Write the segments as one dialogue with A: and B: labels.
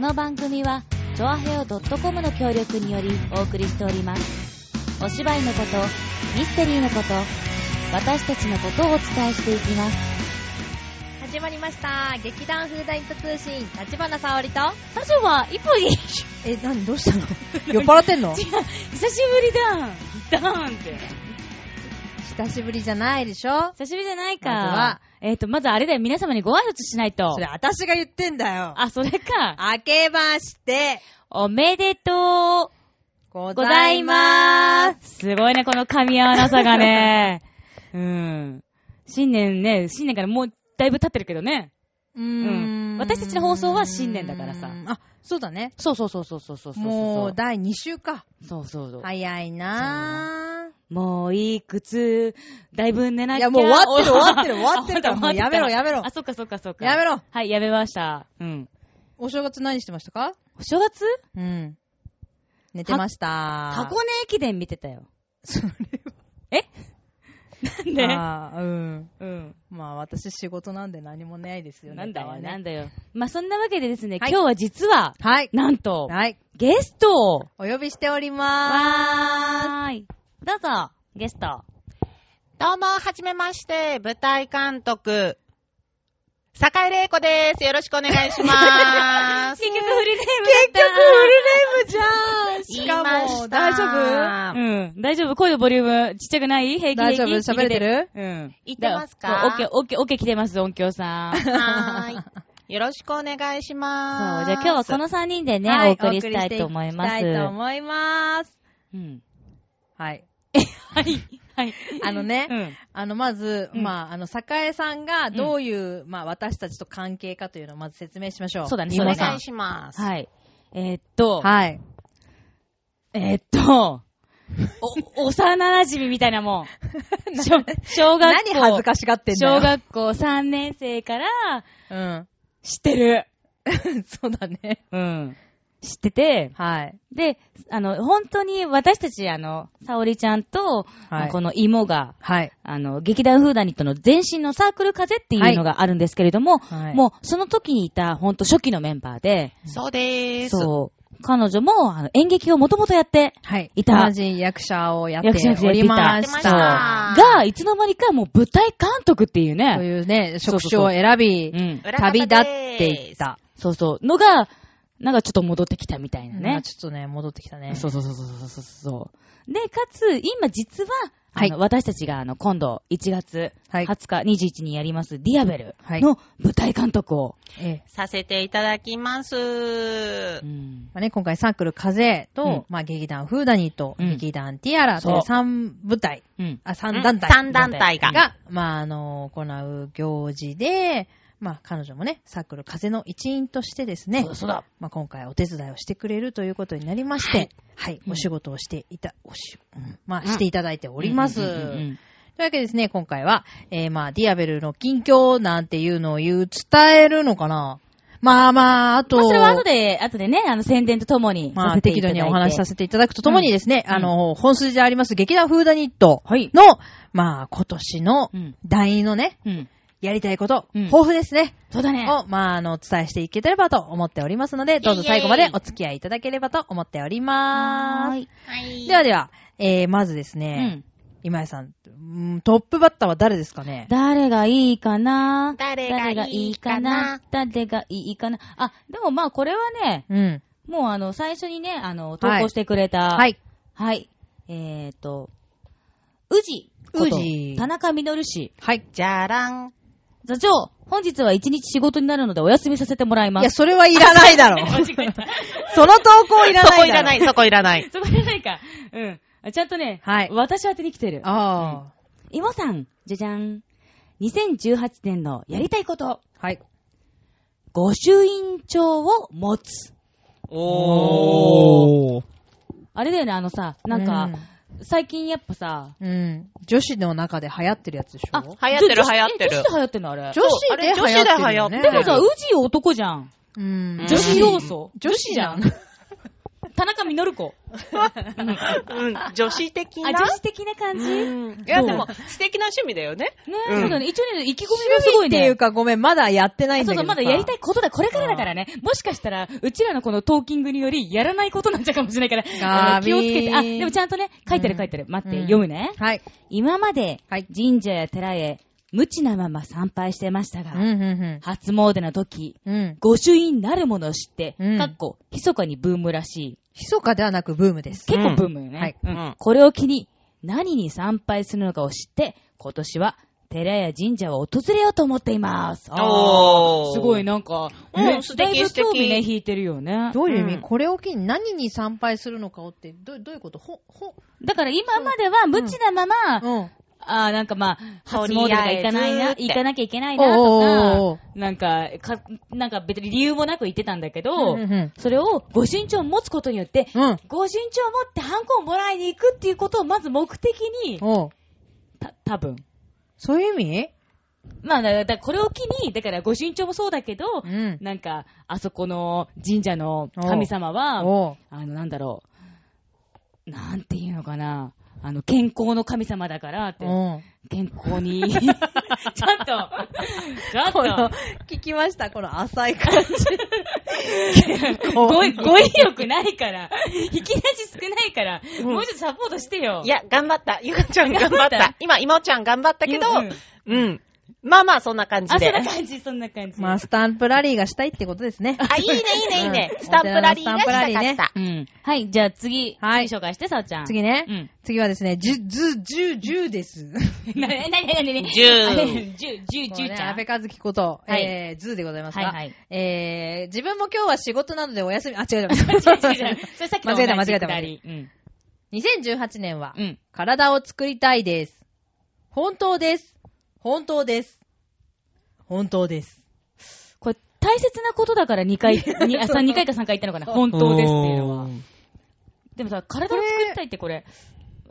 A: の番組は、チョアヘオ .com の協力によりお送りしております。お芝居のこと、ミステリーのこと、私たちのことをお伝えしていきます。
B: 始まりました。劇団フーダイント通信、立花沙織と。
A: 最初は、一歩に、
B: え、なにどうし たの酔っ払ってんの
A: 久しぶりだん。だんって。
B: 久しぶりじゃないでしょ
A: 久しぶりじゃないか。
B: まずは
A: えっ、と、まずあれだよ、皆様にご挨拶しないと
B: それ。私が言ってんだよ。
A: あ、それか。
B: 明けまして、
A: おめでと
B: ご
A: うございま。す。すごいね、この噛み合わなさが ね。うん。新年ね、新年からもうだいぶ経ってるけどね。
B: うー
A: うん私たちの放送は新年だからさ
B: あ、そうだね。
A: そうそうそうそうそうそうそうそう。
B: もう、第2週か。
A: そうそうそう。
B: 早いな
A: もういくつ、だいぶ寝なきゃ。
B: いやもう終わってる終わってる終わってるか ら
A: あ本当だ
B: もうやめ
A: 終
B: ろ
A: わってる
B: やめろ
A: あ、そっかそっかそっか。
B: やめろ
A: はい、やめました。うん。
B: お正月何してましたか
A: お正月
B: うん。寝てました。
A: 箱根駅伝見てたよ。
B: そ
A: え なん
B: れ
A: で
B: は。うん。
A: うん。
B: まあ私仕事なんで何もないですよね。
A: なんだよ、
B: ね
A: なんだよ。まあ、そんなわけでですね、
B: はい
A: 今日は実は、
B: はい。
A: なんと、
B: はい。
A: ゲストを、
B: お呼びしておりま
A: わーい。どうぞ、ゲスト。
C: どうも、はじめまして、舞台監督、坂井玲子です。よろしくお願いしま す。
A: 結局フルネーム
B: す。
A: だ
B: 結局フルネームじゃん
C: 言いま
B: しかも、
C: した
B: 大丈夫
C: 言
A: うん。大丈夫声のボリューム、ちっちゃくない平気
B: 大丈夫
A: 平気
B: 喋れてる
A: うん。
C: 言ってますか
A: だそうオッケー、オッケー、オッケー来てます、音響 さん。そう。じ
C: はーい。よろしくお願いし
A: ゃ
C: ま
A: あ
C: す。
A: 今日はこの3人でね、
B: はい
A: お送りしたいと思います。
B: お送りしていきたいと思います。
A: うん。
B: はい。
A: はい、はい。
B: あのね
A: うん。
B: あの、まず、
A: うん
B: まあ、あの、坂江さんがどういう、まあ、私たちと関係かというのをまず説明しましょう。
A: そうだね
B: ゆうま
C: お
A: そうだ
B: さ
C: 願
B: ん
C: い。します。
A: はい。えーっと、
B: はい。
A: えーっと、お、 幼馴染みみたいな もん。小小学
B: 何
A: 校。
B: 恥ずかしがってんだよ。
A: 小学校3年生から
B: うん。
A: 知ってる。
B: そうだね。
A: うん。知ってて、
B: はい。
A: で、あの、本当に私たち、あの、沙織ちゃんと、
B: はい
A: この妹が、
B: はい。
A: あの、劇団フーダニットの前身のサークル風っていうのがあるんですけれども、
B: はい
A: もうその時にいた、本当初期のメンバーで、
C: そうでーす。
A: そう、彼女もあの演劇をもともとやって、
B: はい。
A: いた
B: 同じ役者をやっ
A: 役者
B: ておりまし
C: やってました
B: た。
A: が、いつの間にかもう舞台監督っていう
B: と
A: ね、
B: いうね、
A: そう
B: 職
A: そう
B: 種を選び、
A: うん、
C: 裏方
B: 旅
C: でーす
B: 立っていった。
A: そうそう、のが、なんかちょっと戻ってきたみたいな
B: ね、
A: ね。
B: ちょっとね、戻ってきたね。
A: そうそうそうそうそうそうそう。で、かつ、今実は、あの、
B: は
A: 私たちがあの、今度、1月
B: はい
A: 20日、21にやります、ディアベル
B: はい
A: の舞台監督を、
B: ええ
C: させていただきます
A: う。ん
B: まあね、今回サークル風と、
A: うん
B: まあ劇団フーダニーと、
A: うん
B: 劇団ティアラという
A: そう
B: 3舞台、
A: うん。
B: あ、3団体。
C: 3団体が。
B: が、まああの、行う行事で、まあ彼女もね、サークル風の一員としてですね
A: そう、だそうだ。
B: まあ今回お手伝いをしてくれるということになりまして、はい、
A: うん
B: お仕事をしていた、おし、うんまあしていただいております。
A: うんうんうんうん
B: というわけでですね、今回は、えー、まあ、ディアベルの近況なんていうのを言う、伝えるのかなまあまあ、あと、
A: まあ、それは後で、後でね、あの、宣伝とともに
B: ま
A: さ
B: あ、
A: せてい
B: 適
A: た
B: 度
A: だいて、
B: にお話しさせていただくとともにですね、
A: うん
B: あの、本筋であります劇団フーダニット
A: はい。
B: の、まあ、今年の
A: うん。
B: 団員のね、
A: うん。
B: やりたいこと、
A: うん
B: 抱負ですね、
A: そうだね。
B: を、まあ、あの、お伝えしていければと思っておりますので、どうぞ
C: イエイイエイ
B: 最後までお付き合いいただければと思っておりま
A: はー
B: す。
A: い。
C: はい
B: ではでは、えー、まずです
A: う
B: ね、
A: ん。
B: 今井さん、うんトップバッターは誰ですかね
A: 誰がいいかな
C: 誰がいいかな
A: 誰がいいかなあ、でもまあこれはね、
B: うん。
A: もうあの、最初にね、あの、投稿してくれた。
B: は。い。
A: はい。えーと、宇治こと。
B: 宇治
A: 田中稔氏。
B: はい。
C: じゃらん。
A: 座長、本日は一日仕事になるのでお休みさせてもらいま
B: いや、
A: す。
B: それはいらないだ ろ。その投稿いらないだろ。
C: そこいらない、そこいら ない。
A: そこじゃないか。うんあ。ちゃんとね、
B: はい
A: 私宛てに来てる。
B: あ
A: イモさん、じゃじゃん。2018年のやりたいこと。
B: あ。はい。
A: 御朱印帳を持つ。
C: おー。
B: ー。
A: あれだよね、あのさ、なんか、最近やっぱさ、
B: うん、うん。女子の中で流行ってるやつでしょ
A: あ
C: 流行ってる、流行っ
A: 女子。で
C: てる
A: 流行ってんのあれ。
B: 女子で流行ってるよね。
C: あ
A: で
C: れ
A: もさ、宇治男じゃん。
B: うん
A: 女子要素。
B: 女子じゃん。
A: 田田中みのる子。
C: うん、女子的な。
A: あ、女子的な感じね、
C: うんいや、
A: どう
C: でも、素敵な趣味だよね。うん
A: そうだね。一応ね、意気込みがす
B: 趣
A: ごい
B: 味
A: ね。
B: っていうか、ごめん、まだやってないん
A: そ
B: だ
A: うそ
B: けど
A: う、
B: さ。
A: まだやりたいことだ、これからだからね。もしかしたら、うちらのこのトーキングにより、やらないことなんじゃかもしれないから、あの
B: ガ
A: 気
B: ビー
A: をつけて。あ、でもちゃんとね、書いてる書いてる。待って、
B: うん
A: 読むね。
B: はい。
A: 今まで
B: はい、
A: 神社や寺へ、無知なまま参拝してましたが、
B: うん、う
A: 初詣の時、
B: ん、うん。うん。
A: 御朱印なるものを知って、
B: うん
A: かっこ、密かにブームらしい。
B: 密かではなくブームです。
A: 結構ブームよね。
B: うんはい
A: うん
C: うん
A: これを機に、何に参拝するのかを知って、今年は、寺や神社を訪れようと思っています。
C: おー
A: すごい、なんか、
C: うん
A: ね
C: 素敵
A: だいぶ興味ね、
C: 素敵
A: 引いてるよね。
B: どういう意味、
C: うん
B: これを機に何に参拝するのかをって、どどういうことほ、ほ、
A: だから今までは無知なまま、
B: うん。
A: あーなんかまあ、
C: と
A: 初
C: り
A: 詣が
C: あえ
A: 行
C: ず
A: かないな、
C: って
A: 行かなきゃいけないなと
B: お
A: か
B: ーおーおー、
A: なんか、か、なんか別に理由もなく言ってたんだけど、
B: うんうんうん
A: それをご身長を持つことによって、
B: うん。
A: ご身長を持ってハンコをもらいに行くっていうことをまず目的に、
B: おう
A: た、多分。
B: そういう意味
A: まあ、だだからこれを機に、だからご身長もそうだけど、
B: うん。
A: なんか、あそこの神社の神様は、
B: おう
A: あの、なんだろう、なんていうのかな、あの、健康の神様だからって、
B: おう
A: 健康 に、ちょっと、ちょっ
B: この
A: と、、
B: 聞きました、この浅い感じ。結構
A: 語彙語彙力ないから、引き出し少ないから、
C: ん
A: もうちょっとサポートしてよ。
C: い、や、頑張った。ゆかちゃん頑張
A: 頑張
C: っ
A: った
C: た。今、今おちゃん頑張ったけど、
A: うん
C: うん。まあまあ、そんな感じ
A: あ、そ
C: で。
A: んな感じ、そんな感じ。
B: まあ、スタンプラリーがしたいってことですね。
C: あ、いいね、いいね、いいね。
B: うん
C: スタンプラリーが
B: お寺のスタン
C: したか
B: プラリーね
C: った。
A: うん。はい、じゃあ次、
B: はい
A: 次紹介して、さおちゃん。
B: 次ね
A: うん。
B: 次はですね、じゅ、ず、じゅ、じゅです。
A: な、な、な、な、な、な、
C: 十
A: あれ十、十、
B: もう
A: 十
B: ね
A: ちゃ
B: 安
A: ん。
B: 倍和樹こと、
A: はい
B: えー、ズーでございますが、
A: はいはい
B: えー、自分も今日は仕事などでお休み、あ、違う違
A: 違う
B: う。
A: 違う違う それさっきと同じ
B: 間違えた間違えた
A: くだりうん。
B: 2018年は、
A: うん。
B: 体を作りたいです。本当です。本当です。本当です。
A: これ、大切なことだから2回、 にあさ二回か3回言ったのかな。本当ですっていうのは。でもさ、体を作りたいってこれ、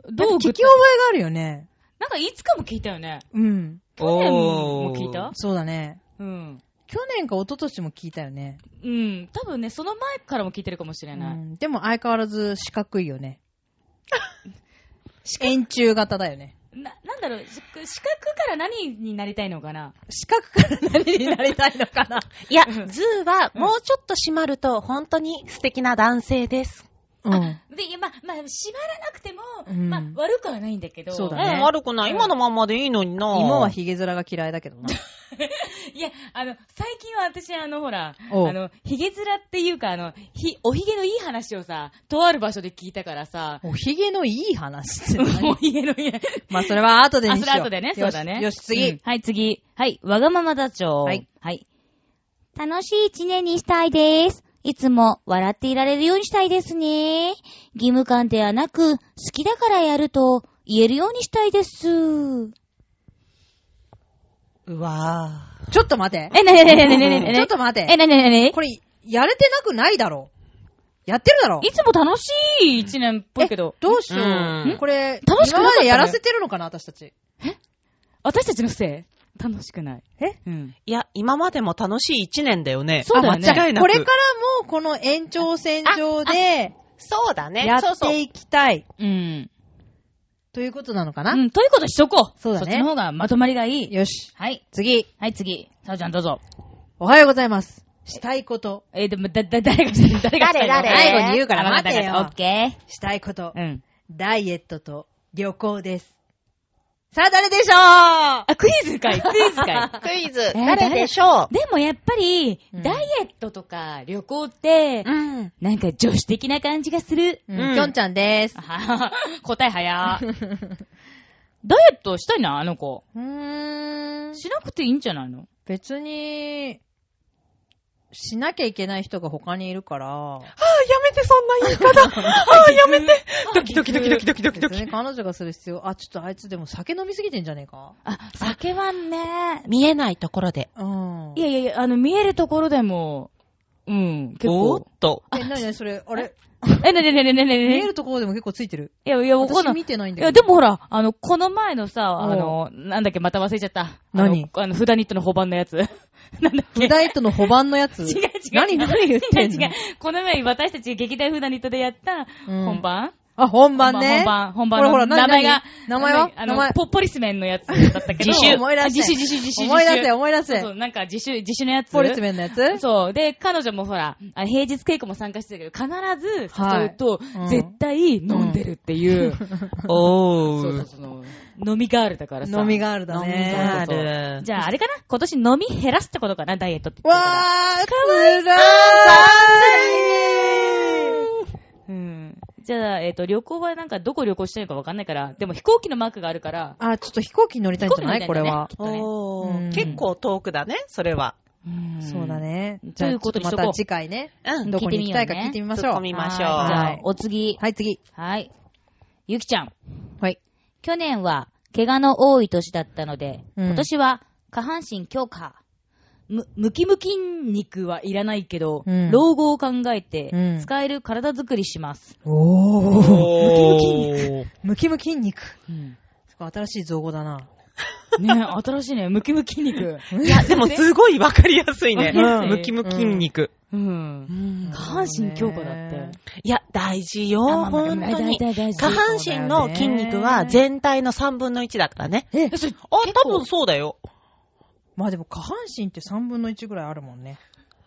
A: どう
B: 聞
A: 具
B: き
A: 体
B: 覚えがあるよね。
A: なんかいつかも聞いたよね。
B: うん。
A: 去年も聞いた
B: そうだね。
A: うん。
B: 去年か一昨年も聞いたよね。
A: うん。多分ね、その前からも聞いてるかもしれな
B: う
A: い。
B: んでも相変わらず四角いよね。 円柱型だよね。
A: な、なんだろう、し資格から何になりたいのかな
B: 四角から何になりたいのかな。
C: いや、ズーは、もうちょっと締まると、本当に素敵な男性です。
B: うん。
A: で、いや、まあ、まあ、縛らなくても、
B: うん
A: まあ、悪くはないんだけど。
B: そうだ
C: う
B: ね
C: ん、悪くない。今のまんまでいいのにな。
B: 芋はヒゲ面が嫌いだけどな。
A: いや、あの、最近は私、あの、ほら、
B: おう
A: あの、ヒゲ面っていうか、あの、ひ、おヒゲのいい話をさ、とある場所で聞いたから さ、
B: おヒゲのいい話って
A: お
B: 何
A: ヒゲのいい
B: まあそれは後でに
A: あ、
B: し
A: そ
B: よう。
A: れ後でね、そう
B: よし
A: だね。
B: よ
A: う
B: し、
A: ん
B: 次。
A: はい、次。はい、わがまま座長。
B: はい。
A: はい。楽しい一年にしたいです。いつも笑っていられるようにしたいですね。義務感ではなく、好きだからやると言えるようにしたいです。
C: うわぁ。
B: ちょっと待て。
A: え、なになになになになに
B: ちょっと待
A: え、
B: て。
A: なになになに
B: これ、やれてなくないだろ。やってるだろ。
A: いつも楽しい一年っぽいけど
B: え、どうしよ
C: うん
B: う。これ、
A: 楽しくなか
B: 今
A: っ
B: ま
A: たね
B: でやらせてるのかな、私たち。
A: 私たちのせい楽しくない。
B: え
A: うん。
C: いや、今までも楽しい一年だよね。
A: そうだよね
C: あ間違いなく。
B: これからも、この延長線上で、
C: そうだね。
B: や
C: そう
B: っ
C: そう
B: ていきたい。
A: うん。
B: ということなのか
A: う、
B: なん
A: ということしとこう。
B: そうだね
A: そっちの方がまとまりがいい。
B: よし。
A: はい。
B: 次。
A: はい、次。さおちゃんどうぞ。
B: おはようございます。したいこと。
A: えーでも、だ、だ、誰が、誰が誰が
C: 誰誰
B: 最後に言うから待て
A: オッ
B: よ。
A: ケ
B: したいこ
A: ー。。
B: と
A: うん。
B: ダイエットと旅行です。さあ、誰でしょ
A: あ、クイズかい、クイズか
C: クイズ、
A: えー
C: 誰でしょ
A: い。でもやっぱり、
B: うん
A: ダイエットとか旅行って
B: う、うん。
A: なんか女子的な感じがする。
B: き
C: うん
B: ょんちゃんです。
A: あはは答え早。ダイエットしたいな、あの子。
B: うーん。
A: しなくていいんじゃないの
B: 別に、しなきゃいけない人が他にいるから、
C: ああ、やめて、そんな言い方。ああ、やめて。ドキドキドキドキドキドキド
B: 別
C: キ。
B: に彼女がする必要、あ、ちょっとあいつでも酒飲みすぎてんじゃねえか
A: あ、酒はね、
C: 見えないところで。
B: うん。
A: いやいやいや、あの、見えるところでも、うん、結
C: おーっ
A: 構。
C: と。
B: え、なになにそれ、あれ
A: え、ねねねねねね
B: 見え
A: ね。
B: るところでも結構ついてる。
A: いや、いや、わかんな
B: 私
A: い。
B: 見てないん
A: い
B: だ
A: や、
B: け
A: で
B: ど。
A: もほら、あの、この前のさ、
B: うん
A: あの、なんだっけ、また忘れちゃった。
B: 何
A: あの、あのフダニットの保番のやつ。 なんだっけ。
B: フダイトの保番のやつ。
A: 違う違う違う。
B: 何何言ってん
A: 違
B: の
A: う違う。この前、私たち劇団フダニットでやった、
B: うん
A: 本番
B: あ、本番ね。
A: 本番、本番
B: ほらほら、
A: の名前が。
B: 何名前は
A: あ
B: 名前
A: の、。ポポリスメンのやつだった けど。
B: 自主思い出せ
A: あ自主、自主、自主。
B: 思い出
A: 自
B: せ、
A: 主
B: 思い出
A: そう
B: せ
A: そ。う、なんか自主、自主のやつ。
B: ポリスメンのやつ
A: そう。で、彼女もほら、あ平日稽古も参加してたけど、必ず
B: はい
A: 誘うと、
B: うん
A: 絶対飲んでるっていう。
C: お
A: そうそうそう。飲みガールだからさ。
B: 飲みガールだね
A: 飲みガール
C: ある。
A: じゃあ、あれかな今年飲み減らすってことかなダイエットって言ってたから。
B: わー、かわいい
A: うん。じゃあ、えっ、と、旅行はなんかどこ旅行してるかわかんないから、でも飛行機のマークがあるから、
B: あ、ちょっと飛行機に乗りたいんじゃない
A: 飛行機
B: これ
A: に乗りたいんだねき
B: は
A: っ。とね
B: お
A: ーうん
C: 結構遠くだね、それは。
B: そうだ。ね。
A: ということにし
B: ま
A: とこう
B: た次回ね。
C: うん
B: どこに行きたいか聞
A: 聞
B: い
A: い
B: て
A: て
B: み
A: み
B: まし
C: ち
B: ょ
C: ょっと
B: う
C: 見。
A: は
C: ま
A: い
C: し
A: じ
C: ょう。
A: ゃ
B: は
A: あ
B: い、
A: お次。
B: はい、次。
A: はい。ゆきちゃん。
B: はい。
A: 去年は、怪我の多い年だったので、
B: うん
A: 今年は、下半身強化。む、ムキムキ肉はいらないけど、
B: うん
A: 老後を考えて、
B: うん
A: 使える体作りします。
B: おー。
C: おー
B: ムキムキ筋肉。そっか新しい造語だな。
A: ね新しいね、ムキムキ肉。
C: いや、 でもすごいわかりやすいね。
A: うん
C: ムキムキ筋肉。
A: うん。下半身強化だって。
C: いや、大事
A: あ
C: よ、
A: まあまあ
C: 本当に。
A: 大事大事
C: 下
A: 大事
C: 半身の筋肉は全体の3分の1だからね。
B: え
C: あ、
A: 結
C: 多
A: 構
C: 分そうだよ。
B: まあでも下半身って3分の1ぐらいあるもんね。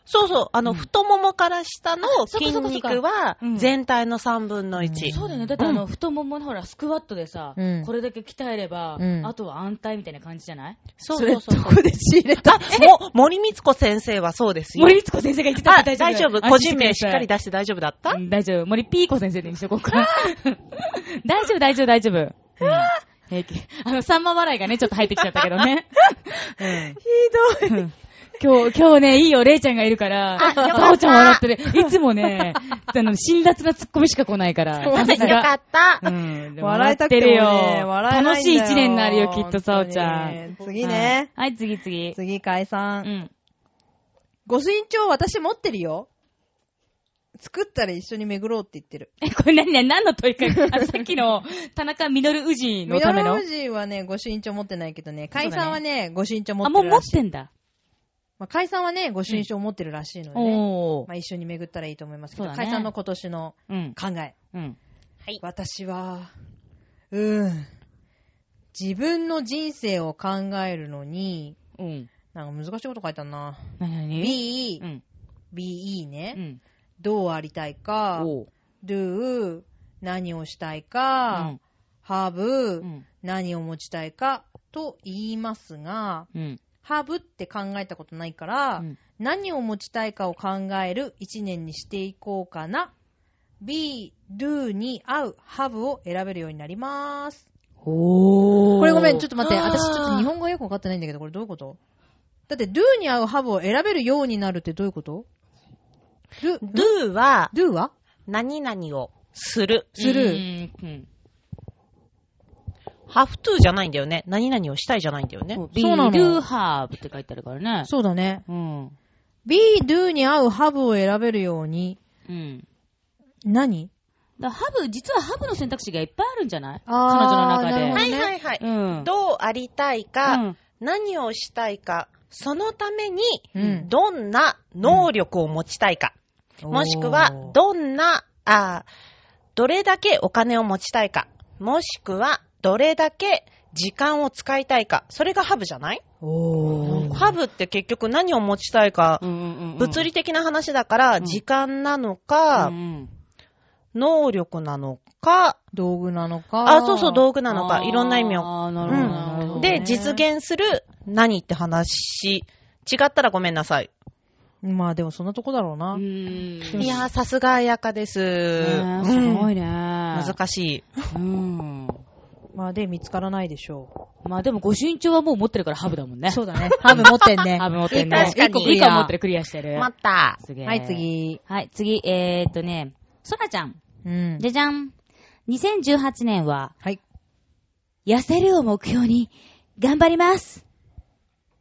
C: そうそう、あの、
A: うん
C: 太ももから下の
A: あそっかそっかそ
C: 筋
A: っか
C: 肉は
A: うん
C: 全体の3分の1。
A: そうだよね。だってあの、太もものほら、スクワットでさ、
B: うん
A: これだけ鍛えれば、
B: うん
A: あとは安泰みたいな感じじゃない
C: そう
B: れ
C: そうそう。
B: どこで仕入れた
C: も森光子先生はそうですよ。
A: 森律子先生が言ってた
C: あ
A: から
C: 大丈夫。
A: 安心
C: 個人名
A: て
C: し
A: くだ
C: っか
A: さい
C: り出して大丈夫だった、
A: うん大丈夫。森ピーコ先生にしとこうか。 大丈夫、大丈夫、大丈夫。平気。あの、さんま笑いがね、ちょっと入ってきちゃったけどね。ひどい。今日、今日ね、いいよ、レイちゃんがいるから、バオちゃん笑ってる。いつもね、あの、辛辣なツッコミしか来ないから。さす
C: よか
A: が。
C: った。
A: うん、でも
B: 笑えたくても
A: る
B: ね
A: よ。
B: 笑えない
A: 楽
B: んだよ
A: しい一年になるよ、きっと、さおちゃん
B: 本。当に次ね。
A: はい。はい、次、次。
B: 次、解
A: う
B: 散。
A: ん。
B: ご身長私持ってるよ。作ったら一緒に巡ろうって言ってる。
A: え、これ何、何何の問いか けあのさっきの、田中みのる宇治の
B: ミ
A: た
B: ド
A: め
B: ル
A: の
B: 夫。人はね、ご身長持ってないけどね、
A: そうだね
B: 解散はね、ご身長持
A: あ、
B: って
A: もう
B: る
A: 持っ
B: らしい。
A: てんだ。
B: まあ、解散はね、ご身長持ってるらしいのでね、
A: おー
B: まあ、一緒に巡ったらいいと思いますけ
A: そ
B: ど、
A: うだね
B: 解散の今年の
A: うん。
B: 考え。
A: うん。
B: 私は、うーん。自分の人生を考えるのに、
A: うん。
B: なんか難しいこと書いてあるな。
A: なになに
B: B
A: う、ん。
B: BE
A: う
B: ね、
A: ん。
B: どうありたいか、
A: おう。
B: do、何をしたいうか
A: ん。、
B: have、
A: うん。
B: 何を持ちたいか、と言いますが、
A: うん。
B: have って考えたことないから、
A: うん
B: 何を持ちたいかを考える1年にしていこうかな。be, do に合う have を選べるようになります。
A: お
B: これごめん、ちょっ
A: っ
B: と待って。
C: あー
B: 私ちょっと日本語よくわかってないんだけど、これどういうことだって do に合う have を選べるようになるってどういうこと ?do,
C: do は、
B: do は
C: 何々をする。
B: する。
A: うん。
C: have to じゃないんだよね。何々をしたいじゃないんだよね。
A: そう
B: そうなの
A: Be, do, have って書いてあるからね。
B: そうだね。
A: うん。
B: be, do に合う have を選べるように、
A: うん。
B: 何
A: だハブ、実はハブの選択肢がいっぱいあるんじゃない彼
B: あー
A: 女の中
B: なるほ
A: で。
B: どね
C: いはい。
A: うん。
C: どうありたいか、
A: うん
C: 何をしたいか、そのために
B: うん、
C: どんな能力を持ちたいか、もしくは、どんな、あーどれだけお金を持ちたいか、もしくは、どれだけ時間を使いたいか、それがハブじゃない
B: おー
C: ハブって結局何を持ちたいか
A: う、んうんうんうん
C: 物理的な話だから、
A: ん
C: 時間なの
A: う
C: か、
A: ん
C: 能力なのか、
B: 道具なのか。
C: あ、そうそう、道具なのか、いろんな意味を
A: あーなる
C: うん
A: ほど。
C: で、
B: ね
C: 実現する何って話。違ったらごめんなさい。
B: まあでもそんなとこだろうな。
A: うん。
C: いやー、さすがやかです。
A: ねえすごいね。
C: うん難しい。
A: うん。
B: まあで見つからないでしょ
A: まあでもご身長はもう持ってるからハブだもん
B: う。
A: ね。
B: そうだね。 ハブ持ってんね。
A: ハブ持ってる
C: 確かに
A: 一個クリア。一個持ってる、クリアしてる。
C: 待った。
A: すげえ
B: はい、。次。
A: はい、次、えーっとね、ソラちゃん。
B: うん。
A: じゃじゃん。2018年は、
B: はい。
A: 痩せるを目標に、頑張ります。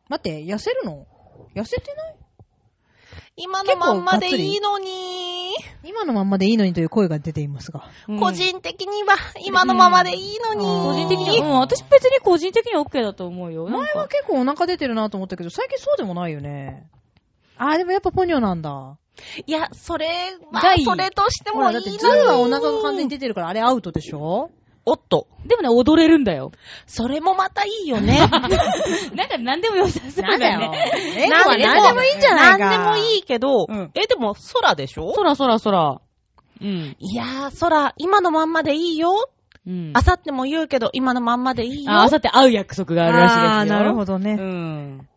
B: 待って、痩せるの痩せてない
C: い今のまんまでいいのに、
B: 今のまんまでいいのにという声が出ていますが。
A: うん
C: 個人的には今のままでいいのに、
B: うん
A: 個人的に、うん、私別に個人的には OK だと思うよ。なん
B: 前は
A: か、
B: 結構お腹出てるなと思ったけど、最近そうでもないよね。あー、でもやっぱポニョなんだ。
C: いや、それ
A: が
C: は、
A: いい
C: それとして
B: ほ
C: も
B: ら、
C: い
B: だ
C: いの
B: って、
C: に
B: ズーはお腹が完全に出てるから、あれアウトでしょ
C: おっと、
A: でもね、踊れるんだよ。
C: それもまたいい よ ね。
A: なんか何でも良さそうだよね。
B: エコは何でもいいんじゃないか。
C: 何でもい
B: い。
C: いけど、
A: うん
C: え、でも空でしょ
A: そらそらそら。うん。
C: いやー、空、今のまんまでいいよ。
A: うん。
C: あさっても言うけど、今のまんまでいいよ。
A: あさって会う約束があるらしいですよ。
B: あー、なるほ
A: ど
B: どね。
A: うん。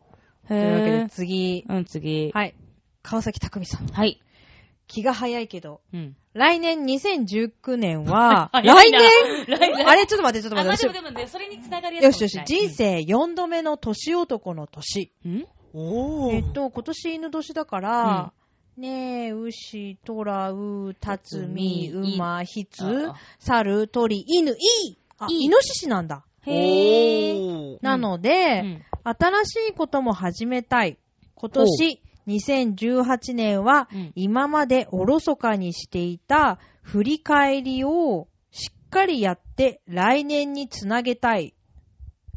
A: へ
B: というわけ
A: え
B: で、。次。
A: うん、次。
B: はい。川崎匠さん。
A: はい。
B: 気が早いけど、
A: うん。、
B: 来年2019年は
A: あやば
B: 来
A: いな
B: 年
A: 来年
B: あれちょっと待って、ちょっと
A: あ、まあ、
B: 待
A: でも
B: って。
A: でもね、それに繋がるや
B: 私
A: つ
B: よしよし、
A: 人
B: 人生4度目の年男の年。
A: ん
C: お
B: えっと、今年犬年だから、ねえ、牛、トラ、ウ、タツミ、
A: うん
B: 馬、ヒツ
A: あ、
B: 猿、鳥、犬、イあ、
A: いい
B: イノシシなんだ。
A: へぇー。
C: おー
B: なので、
A: うん
B: 新しいことも始めたい。今年、2018年は、
A: うん
B: 今までおろそかにしていた振り返りをしっかりやって、来年につなげたい。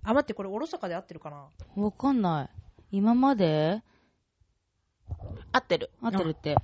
B: あ、待って、これおろそかで合ってるかな
A: わかんない。今まで
C: 合ってる。
A: 合ってるって。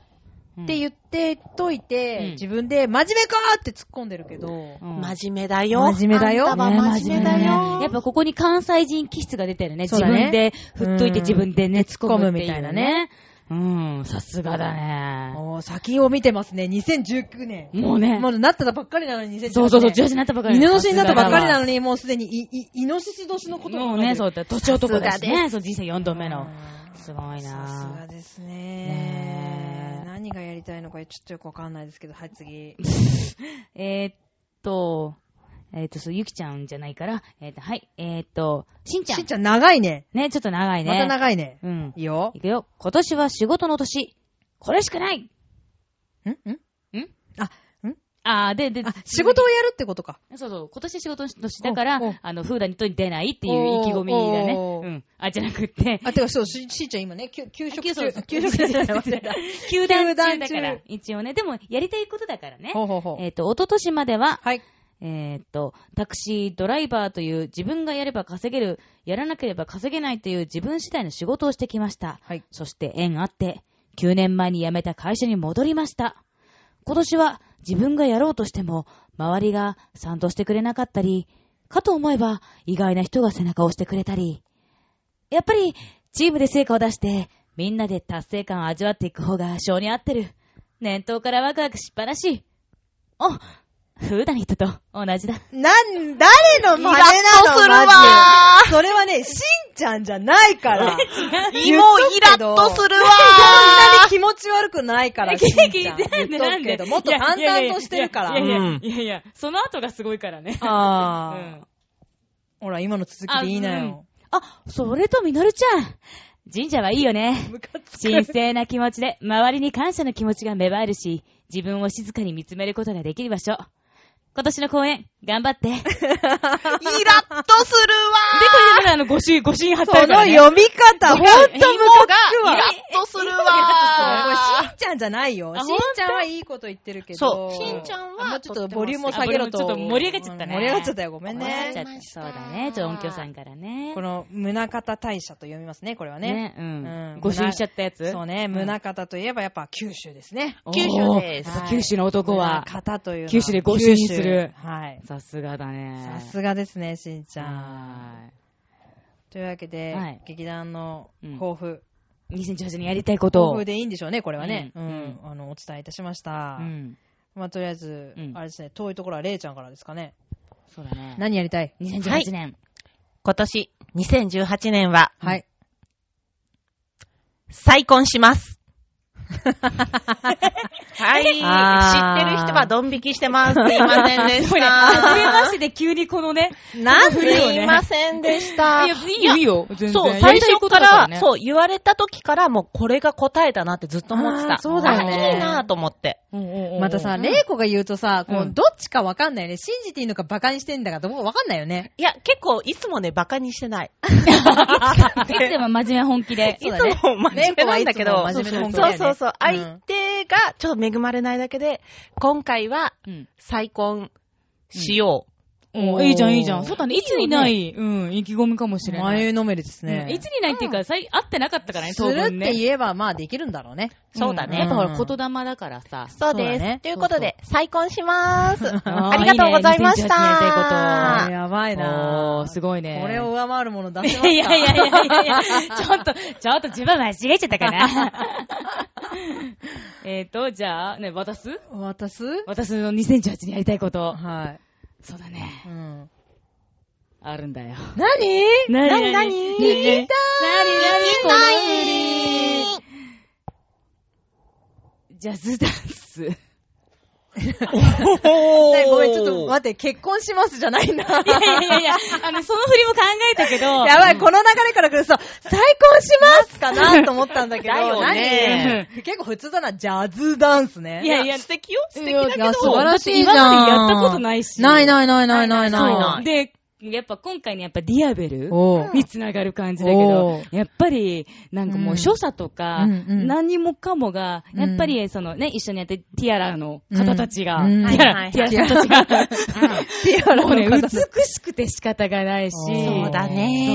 B: って言ってといて、
A: うん
B: 自分で、真面目かーって突っ込んでるけど、
A: うん、
C: 真面目だよ。
B: 真面目だよ
C: あんたは真面目だ
A: ね
C: よ。
A: やっぱここに関西人気質が出てるね。
B: そう
A: 自
B: だね
A: 分で振っといて
B: うん
A: 自分でね、突っ込むってう
B: 突っ込むみたいなね。
A: うん、さすがだね。
B: おー先を見てますね、2019年。
A: もうね。
B: まだなったばっかりなのに、2019年。
A: そうそうそう、女子になったばかり。
B: 犬年になったばっかりなの
A: に。
B: に、もうすでに、い、い、イノシシ年のこと
A: もうね、そううだ、年男だし
C: さすが
A: ね。そう、人生4度目の。すごい
B: さすが
A: な
B: です
A: ね
B: ね。
A: え
B: 何がやりたいのかちょっとよくわかんないですけど、はい、次。
A: えーっと、えーっと、そう、ゆきちゃんじゃないから、えーっと、はい、えーっと、しんちゃん。
B: しんちゃん長いね。
A: ね、ちょっと長いね。
B: また長いね。
A: うん。
B: いいよ。
A: いくよ。今年は仕事の年。これしかない
B: んん
A: ん
B: あ、ん
A: あー、で、で、
B: あ、仕事をやるってことか。
A: そうそう、今年仕事の年だから
B: おうおう、
A: あの、フーダニットに出ないっていう意気込みだね。
B: おうおう
A: うん。あ、じゃなくって、
B: あ、てか、そう、ししんちゃん今ね、休休職中。
A: 休
B: 休
A: 職中
B: 職中じゃない忘れた。
A: 球団中だか
B: 球団
A: ら
B: 中、
A: 一応ね、でも、やりたいことだからね。
B: ほうほうほう
A: えっ、と、一昨年までは、
B: はい。
A: えっ、と、タクシードライバーという自分がやれば稼げる、やらなければ稼げないという自分次第の仕事をしてきました。
B: はい。
A: そして縁あって、9年前に辞めた会社に戻りました。今年は自分がやろうとしても、周りが賛同してくれなかったり、かと思えば意外な人が背中を押してくれたり、やっぱりチームで成果を出して、みんなで達成感を味わっていく方が性に合ってる。念頭からワクワクしっぱなし。あ、普段人と同じだ。
B: なん、誰の真似なの
C: イラッとするわー
B: マジでそれはね、しんちゃんじゃな いから。
C: もうイラッ とするわ
B: そんなに気持ち悪くないから、しんちゃ ん。
A: 聞いてん
B: 言
A: で
B: っと
A: な
B: く
A: ん
B: け
A: で
B: ど、もっと淡々としてるから。
A: いやいやいや
C: うん
A: いやいや、その後がすごいからね。う
B: あー
A: ん。
B: ほら、今の続きでいいなよ。
A: あ、それとみのるちゃん。神社はいいよね。
B: ムカつく。
A: 神聖な気持ちで、周りに感謝の気持ちが芽生えるし、自分を静かに見つめることができる場所。今年の公演、頑張って。で、こ
C: イラッとする
A: れ、あの、ご神、ご神貼っ
B: そ
A: てあるか
B: の
A: らね
B: 読み方、ほんとムカつ
C: わ
B: く
C: がイ
B: わ
C: ラ。ッとする
B: これ、
C: わ
B: しんちゃんじゃないよ。
A: あ
B: しん
A: ほんと
B: ちゃんはいいこと言ってるけど。
C: そうしんちゃんは
B: もうちょっとボリュームを下げろと。
A: あボリュームちょっと盛り上がっちゃったね
B: 盛り上がっちゃったよ、ごめん
A: 思っ
B: ね
A: ちゃ。ってそうだね。ちょっと音響さんからね。
B: この、宗方大社と読みますね、これはね。
A: ね、う
B: うんん。
A: ご神しちゃったやつ
B: そうね、宗方といえばやっぱ九州ですね。
A: おー
C: 九州です
A: やっぱ九州の男は
B: 宗。方というのは
A: 九州でご朱印する
B: 九州はい。
A: さすがだね。
B: さすがですね、しんちゃん。
A: は
B: というわけで、
A: はい
B: 劇団の
A: うん
B: 抱負、
A: い。2018年やりたいこと
B: 抱
A: を
B: 負。でいいんでしょうね、これはね。
A: う
B: うんん。
A: うん
B: あの、お伝えいたしました。
A: うん。
B: まあ、とりあえず、
A: うん
B: あれですね、遠いところはれいちゃんからですかね。
A: そうだね。
B: 何やりたい
A: 2018年。
C: 今年、2018年は、
B: はい。
C: 再婚します。はい。知
B: あー
C: ってる人はドン引きしてます。すいませんでし
A: これね、
C: た。
A: 初めましてで急にこのね、
C: なん
A: この振りを
C: す
A: ね
C: いませんでした。
A: いや、いいよ、いいよ、全然。
C: そう、最初から、
A: う。
C: そう、言われた時から、もうこれが答えだなってずっと思って
B: あ
C: た。
B: ーそうだね
C: あいいなと思って。
A: うんうんうん
B: またさ、レイコが言うとさ、こ
A: う
B: うんどっちかわかんないよね。信じていいのかバカにしてんだかどうかわかんないよね。
C: いや、結構、いつもね、バカにしてない。
A: いつでも真面目本気で。
C: いつ
B: だね
C: も真面目なんだけ
B: レイコ
C: ど
B: はい、つも真面目な本気だよ
C: そう
B: ね
C: そうそう、
B: うん
C: 相手がちょっと恵まれないだけで、今回は
A: うん。
C: 再婚しよ
A: おいいじゃん、いいじゃん。そうだね。
C: いい
A: い
C: よ
A: つ
C: ね
A: にない、うん、意気込みかもしれない。
B: 前のめりですね。
A: うんいつにないっていうか、さい会ってなかったからね、
B: す
A: 当
B: るっ
A: 分ね。
B: て言えば、まあできるんだろうね。
C: う。そうだね。
A: んやっぱほら、
B: う
A: 言
B: ん
A: 霊だからさ。
C: そ
B: そ
C: う
B: う
C: で
B: だね
C: す。ということで、再婚します。
A: あ
C: ありがとうございました
A: いいね2018年って
B: やばい
A: こと。お
B: な
A: ー、すごいね。
B: これを上回るもの出せますか
A: いやいやいやいやいや、 ちょっと、ちょっと自分間違えちゃったか な。えっと、じゃあ、ね、渡す
B: 渡す
A: 渡すの2018にやりたいこと。
B: は
A: そうだね
B: い。う。ん。
A: あるんだよ。
B: 何
A: な
C: なになに
A: 聞きたいなになにこの振りジャズダンス。
B: ねご
C: ご
B: めん、ちょっと待って、結婚しますじゃないんだ。
A: いやいやいやいや、あの、その振りも考えたけど。
B: やばい、この流れから来ると、再婚しますかなと思ったんだけど、
C: だよね
B: 何結構普通だな、ジャズダンスね。
A: いやいや、
C: 素敵よ素敵
A: いや
C: だ
A: だけ
B: い
C: け
A: ど
B: や
C: ど
B: 素晴らしいじゃん。
A: だって今までやったことないし
B: ないないないないない
A: そう
B: ない
C: な
B: ないい。
A: で、やっぱ今回のやっぱディアベル
B: おう
A: につながる感じだけど
B: おう、
A: やっぱり、なんかもう所作とか、
B: うんうん
A: 何もかもが、
B: うん
A: やっぱりそのね、一緒にやってティアラの方たちが、
B: うん
A: ティア
C: は
A: ラ、
C: い
A: ティアラさんたちが、
B: ティアラ
A: もうね、
B: の
A: 美
B: 方
A: しくて仕方がないし、
B: そうだ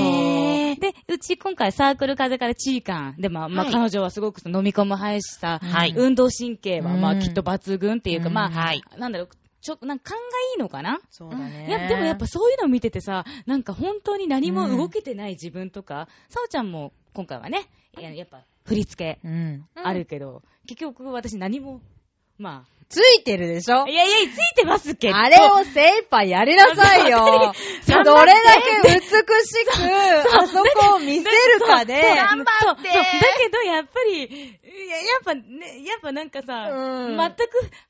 A: そ
C: ね
A: うで、うち今回サークル風からチーカン。で、まあ、まあ、
C: はい
A: 彼女はすごくその飲み込む早いしさ、
C: はい
A: 運動神経はま
B: う
A: あ、
B: ん
A: きっと抜群っていうか、
B: うん
A: まあ、
C: はい
A: なんだろう、ちょ、なんか勘がいいのかな
B: そうだね。
A: いや、でもやっぱ、そういうの見ててさ、なんか本当に何も動けてない自分とか、さおちゃんも今回はね、いややっぱ振り付け
B: うん。
A: あるけど、結局私何も、ま
B: ついてるでしょ
A: あ、いやいや、ついてますけど。
B: あれを精一杯やりな さいよ。どれだけ美しく、あそこを見せるか で、
C: 頑張って
A: そうそうだけど、やっぱり、いややっぱね、やっぱなんかさ、
B: う
A: 全
B: ん
A: く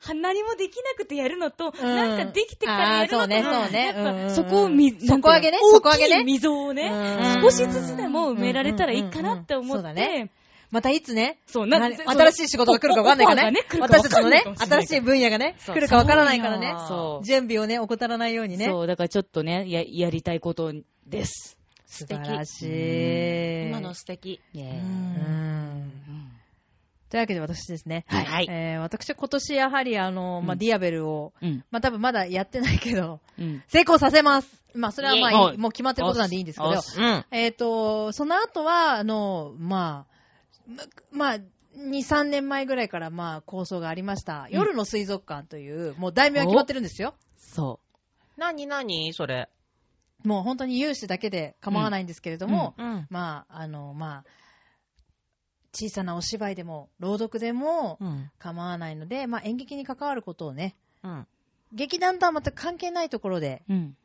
A: は何もできなくてやるのと、
B: ん
A: なんかできてからやるのと、
B: あーそうねそうね
A: やっぱ
B: うんうんうん
A: そこを見、なんていうの
B: 底上げね底上げね
A: 大きい溝をね、
B: うん
A: 少しずつでも埋められたらいいかなって思って、
B: うんうんうんうんそうだねまたいつね、
A: そうな
B: な
A: そう
B: 新しい仕事が来るか分かんないからね
A: オファ。ーがね来
B: 私
A: る
B: た
A: か分
B: ち
A: かんないか
B: のね
A: もしれない、
B: 新しい分野がね、
A: そう
B: 来るか分からないからね。
A: そう
B: 準備をね、怠らないようにね。
A: そう、だからちょっとね、や、やりたいことです。
B: 素
C: 敵
B: 晴らしい。
C: 今の素敵。
A: イェ
B: う
A: ーイ
B: ん。というわけで私ですね。
A: はい
C: はい。
B: えー私今年やはりあの、まあ、
A: うん
B: ディアベルを、
A: うん。
B: まあ、多分まだやってないけど、
A: うん。
B: 成功させます。まあ、それはま
A: イェ
B: あ
A: イ
B: いい、もう決まってることなんでいいんですけど
A: おっ、す
C: うん。
B: えっ、と、その後は、あの、まあ、むまあ、2、3年前ぐらいから、まあ、構想がありました。夜の水族館という、もう題名は決まってるんですよ。
A: そ
C: なになにそれ。
B: もう本当に有志だけで構わないんですけれども、
C: うん。
B: まあ、あの、まあ、小さなお芝居でも、朗読でも
C: うん。
B: 構わないので、まあ、演劇に関わることをね、
C: うん。
B: 劇団とは全く関係ないところで、
A: う。うん。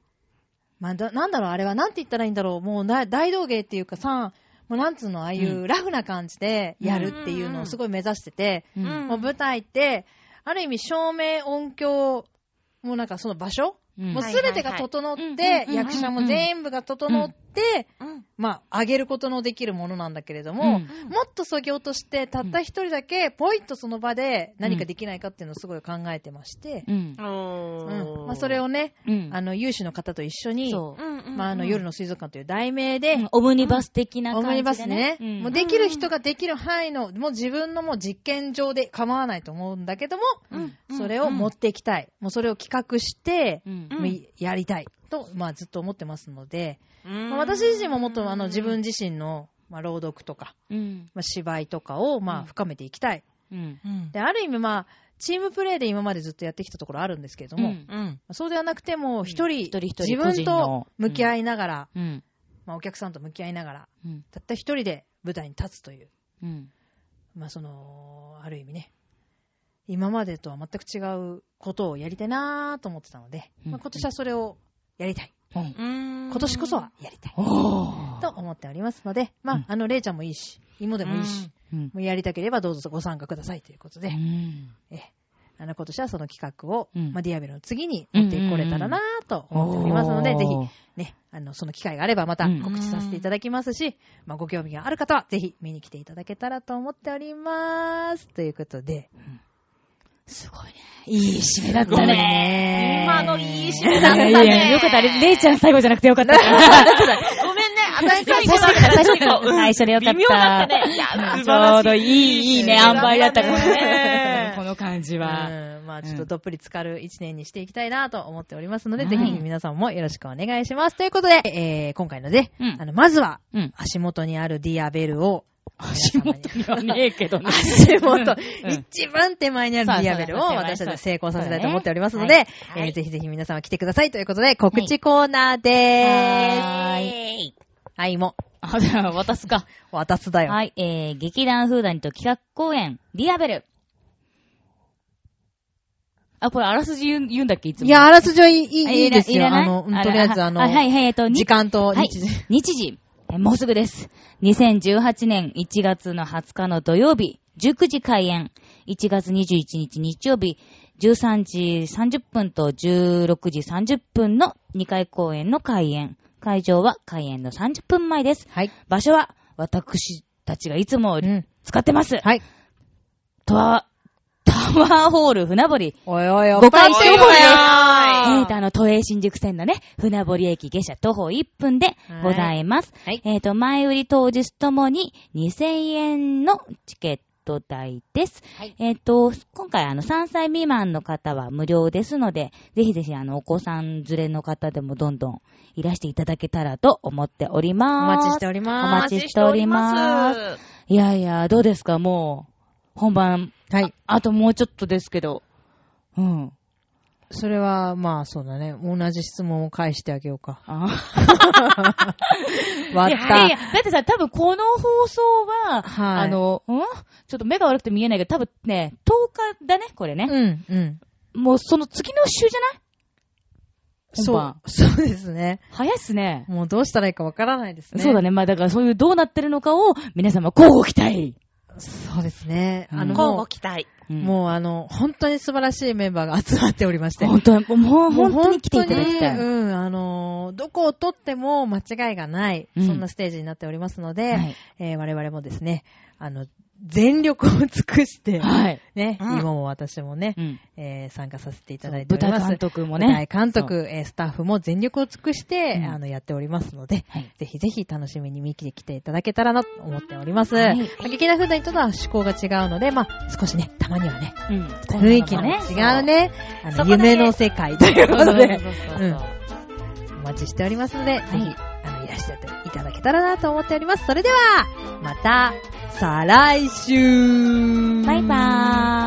B: まあ、だなんだろう、あれはなんて言ったらいいんだろう、もうな大道芸っていうかさ、もうなんつうの、ああいううラフな感じでやるっていうのをすごい目指してて、
A: う
C: うん
A: ん。
B: もう舞台って、ある意味照明、音響、もうなんかその場所、
A: うん
B: もうすべてが整っ
A: はいはい
B: て
A: は、い
B: 役者も全部が整って、
C: うん。
B: まあ、上げることのできるものなんだけれど
A: う
B: も、
A: ん
B: もっとそぎ落として、たった一人だけ、ポイッとその場で何かできないかっていうのをすごい考えてまして、
A: うん。
B: うんまあ、それ
C: を、
B: をね、
A: うん
B: あの、有志の方と一緒に、
A: そう。
B: まあ、あの夜
C: の。
B: の水族館という題名で、
A: オムニバス的な
B: オ
A: 感じで、ね。
B: ムニバスね、
A: うん
B: もうできる人ができる範囲の、もう自分のもう実験場で構わないと思うんだけども、
C: うん
B: それを持っていきたい。もうそれを企画して、
A: うん
C: うん
B: もうやりたいと、まあ、ずっと思ってますので、
C: うん
B: まあ私自身ももっとあの自分自身の、まあ、朗読とか、
A: うん。
B: まあ、芝居とかを、
A: う
B: まあ、
A: ん
B: 深めていきたい。
A: うん。
C: うん。
B: で、ある意味、まあ、チームプレーで今までずっとやってきたところあるんですけれども、
A: うん
C: うん。
B: そうではなくても、一人、
A: 一人一人
B: 自
A: 個
B: 分
A: 人
B: と
A: の
B: 向き合いながら、
A: うん。
B: まあ、お客さんと向き合いながら、
A: うん。
B: たった一人で舞台に立つという、
A: うん。
B: まあ、その、ある意味ね、今までとは全く違うことをやりたいなと思ってたので、
A: うん
B: まあ、今年はそれをやりたい。
A: うん。
C: 今
B: 今年こそはやりたい。
A: おー
B: と思っておりますので、ま
A: うん
B: あ、あの、れいちゃんもいいし、芋でもいいし、
A: うん。
B: もうやりたければどうぞご参加くださいということで、
A: うん
B: ええあの、今年はその企画を、
A: うん
B: まあ、ディアベルの次に持ってこれたらなぁと思っておりますので、
A: おー
B: ぜひ、ね、あの、その機会があればまた
A: うん
B: 告知させていただきますし、まあ、ご興味がある方は、ぜひ見に来ていただけたらと思っております。ということで、
A: すごいね。いい締めだっ
B: ご
A: た
B: めん
A: ね。
B: ね
C: 今のいい締めだったね
A: いやいやよかった。あれ、レイちゃん最後じゃなくてよかった。
C: ごめんね、あたい最
A: 最
C: 初だ
A: 初
C: から
A: 最初だ最初でよかった
C: 微妙だったね。いや、
A: うんち
C: 素晴ら
A: ょ
C: し
A: うどいい、いいね、塩梅だった からね。こ
C: ね。
A: の感じは。
B: うん、まあちょっとどっぷり浸かる一年にしていきたいなと思っておりますので、ぜひ皆さんもよろしくお願いします。ということで、えー、今回ので、
A: うん
B: あの、まずは、
A: うん。
B: 足元にあるディアベルを、
A: 足元にはねえけどね。
B: 足元
A: うん、
B: 一番手前にあるディアベルを
A: そうそう
B: 私たちは成功させたいと
A: そう
B: 思っておりますの
A: は
B: で
A: い、
B: え
A: はい
B: ーぜひぜひ皆さんは来てくださいということで、告知コーナーでーす。
A: はーい。
C: い。
B: はい、も
A: あ、じゃあ渡すか。
B: う、渡すだよ。
A: はい、えー、劇団フーダニと企画公演、リアベル。あ、これあらすじ言うん言うんだっけいつも。
B: いや、あらすじはいい
A: あ、
B: いいですよ。
A: らな
B: あ
A: い
B: の、うん
A: ら
B: とりあえずあの、
A: はい、はい、えっと、に
B: 時間と
A: はい
B: 日時。
A: 日時、えもうすぐです。2018年1月の20日の土曜日、19時開演。1月21日日曜日、13時30分と16時30分の2回公演の開演。会場は開演の30分前です。
B: はい。
A: 場所は私たちがいつも
B: うん。
A: 使ってます。
B: はい。
A: とわタワーホール船堀。
B: おいおい、お
A: ご勘弁
B: っぱ
A: し
B: い
A: て
B: して
A: く
B: る
A: だ
B: よ
A: さい
B: ね
A: えーと、あの、都営新宿線のね、船堀駅下車徒歩1分でございます。
B: はい
A: えーと、前売り当日ともに2000円のチケット代です。
B: はい
A: えっ、と、今回、あの、3歳未満の方は無料ですので、ぜひぜひ、あの、お子さん連れの方でもどんどんいらしていただけたらと思っており
B: お
A: ます。
B: 待ちしており
A: お
B: ま
A: 待ちしております
C: お待ちしております。
A: いやいや、どうですかもう、本番、
B: す。はい。
A: あともうちょっとですけど。うん。
B: それは、まあ、そうだね。同じ質問を返してあげよ うか。
A: あ
B: わっ
A: いやいや
B: た。、
A: だってさ、多分この放送は、
B: はい
A: あの、うんちょっと目が悪くて見えないけど、多分ね、10日だね、これね。
B: うん、うん。
A: もうその次の週じゃない
B: そ
A: 本
B: う
A: 番。
B: そうですね。
A: 早いっすね。
B: もうどうしたらいいかわからないですね。
A: そうだね。まあだからそういうどうなってるのかを皆様交互期待。
B: そうですね。
A: うん
B: あの、
C: 交
B: も
C: 互期待。
A: う
B: う、
A: ん
B: もうあの、本当に素晴らしいメンバーが集まっておりまして。
A: 本当に、もう
B: もう
A: 本当に来ていただきた
B: 本当
A: い。
B: にうん、あのー、どこを取っても間違いがない、
A: うん
B: そんなステージになっておりますの
A: は
B: で、
A: い
B: えー我々もですね、あの、全力を尽くして、
A: はい。
B: ね、
C: うん
B: 今も私もね
A: う、ん。
B: えー参加させていただいてお
A: 舞
B: ります。
A: 台監督も
B: 舞台
A: ね。
B: 監督、えースタッフも全力を尽くして、
A: うん
B: あの、やっておりますので、
A: はい
B: ぜひぜひ楽しみに見切り来ていただけたらなと思っております。
A: はい
B: まあ劇団風団とは趣向が違うので、まあ、少しね、たまにはね、
A: うん。
B: 雰囲気の違う。ね、あ
C: そ
B: の
C: こだけ
B: 夢の世界という
A: そ
B: こ
A: うそう
B: と
A: そう
B: で、
A: そう
B: うんお待ちしておりますので、ぜひ、あの、いらっしゃっていただけたらなと思っております。それでは、また、再来週
A: バイバーイ。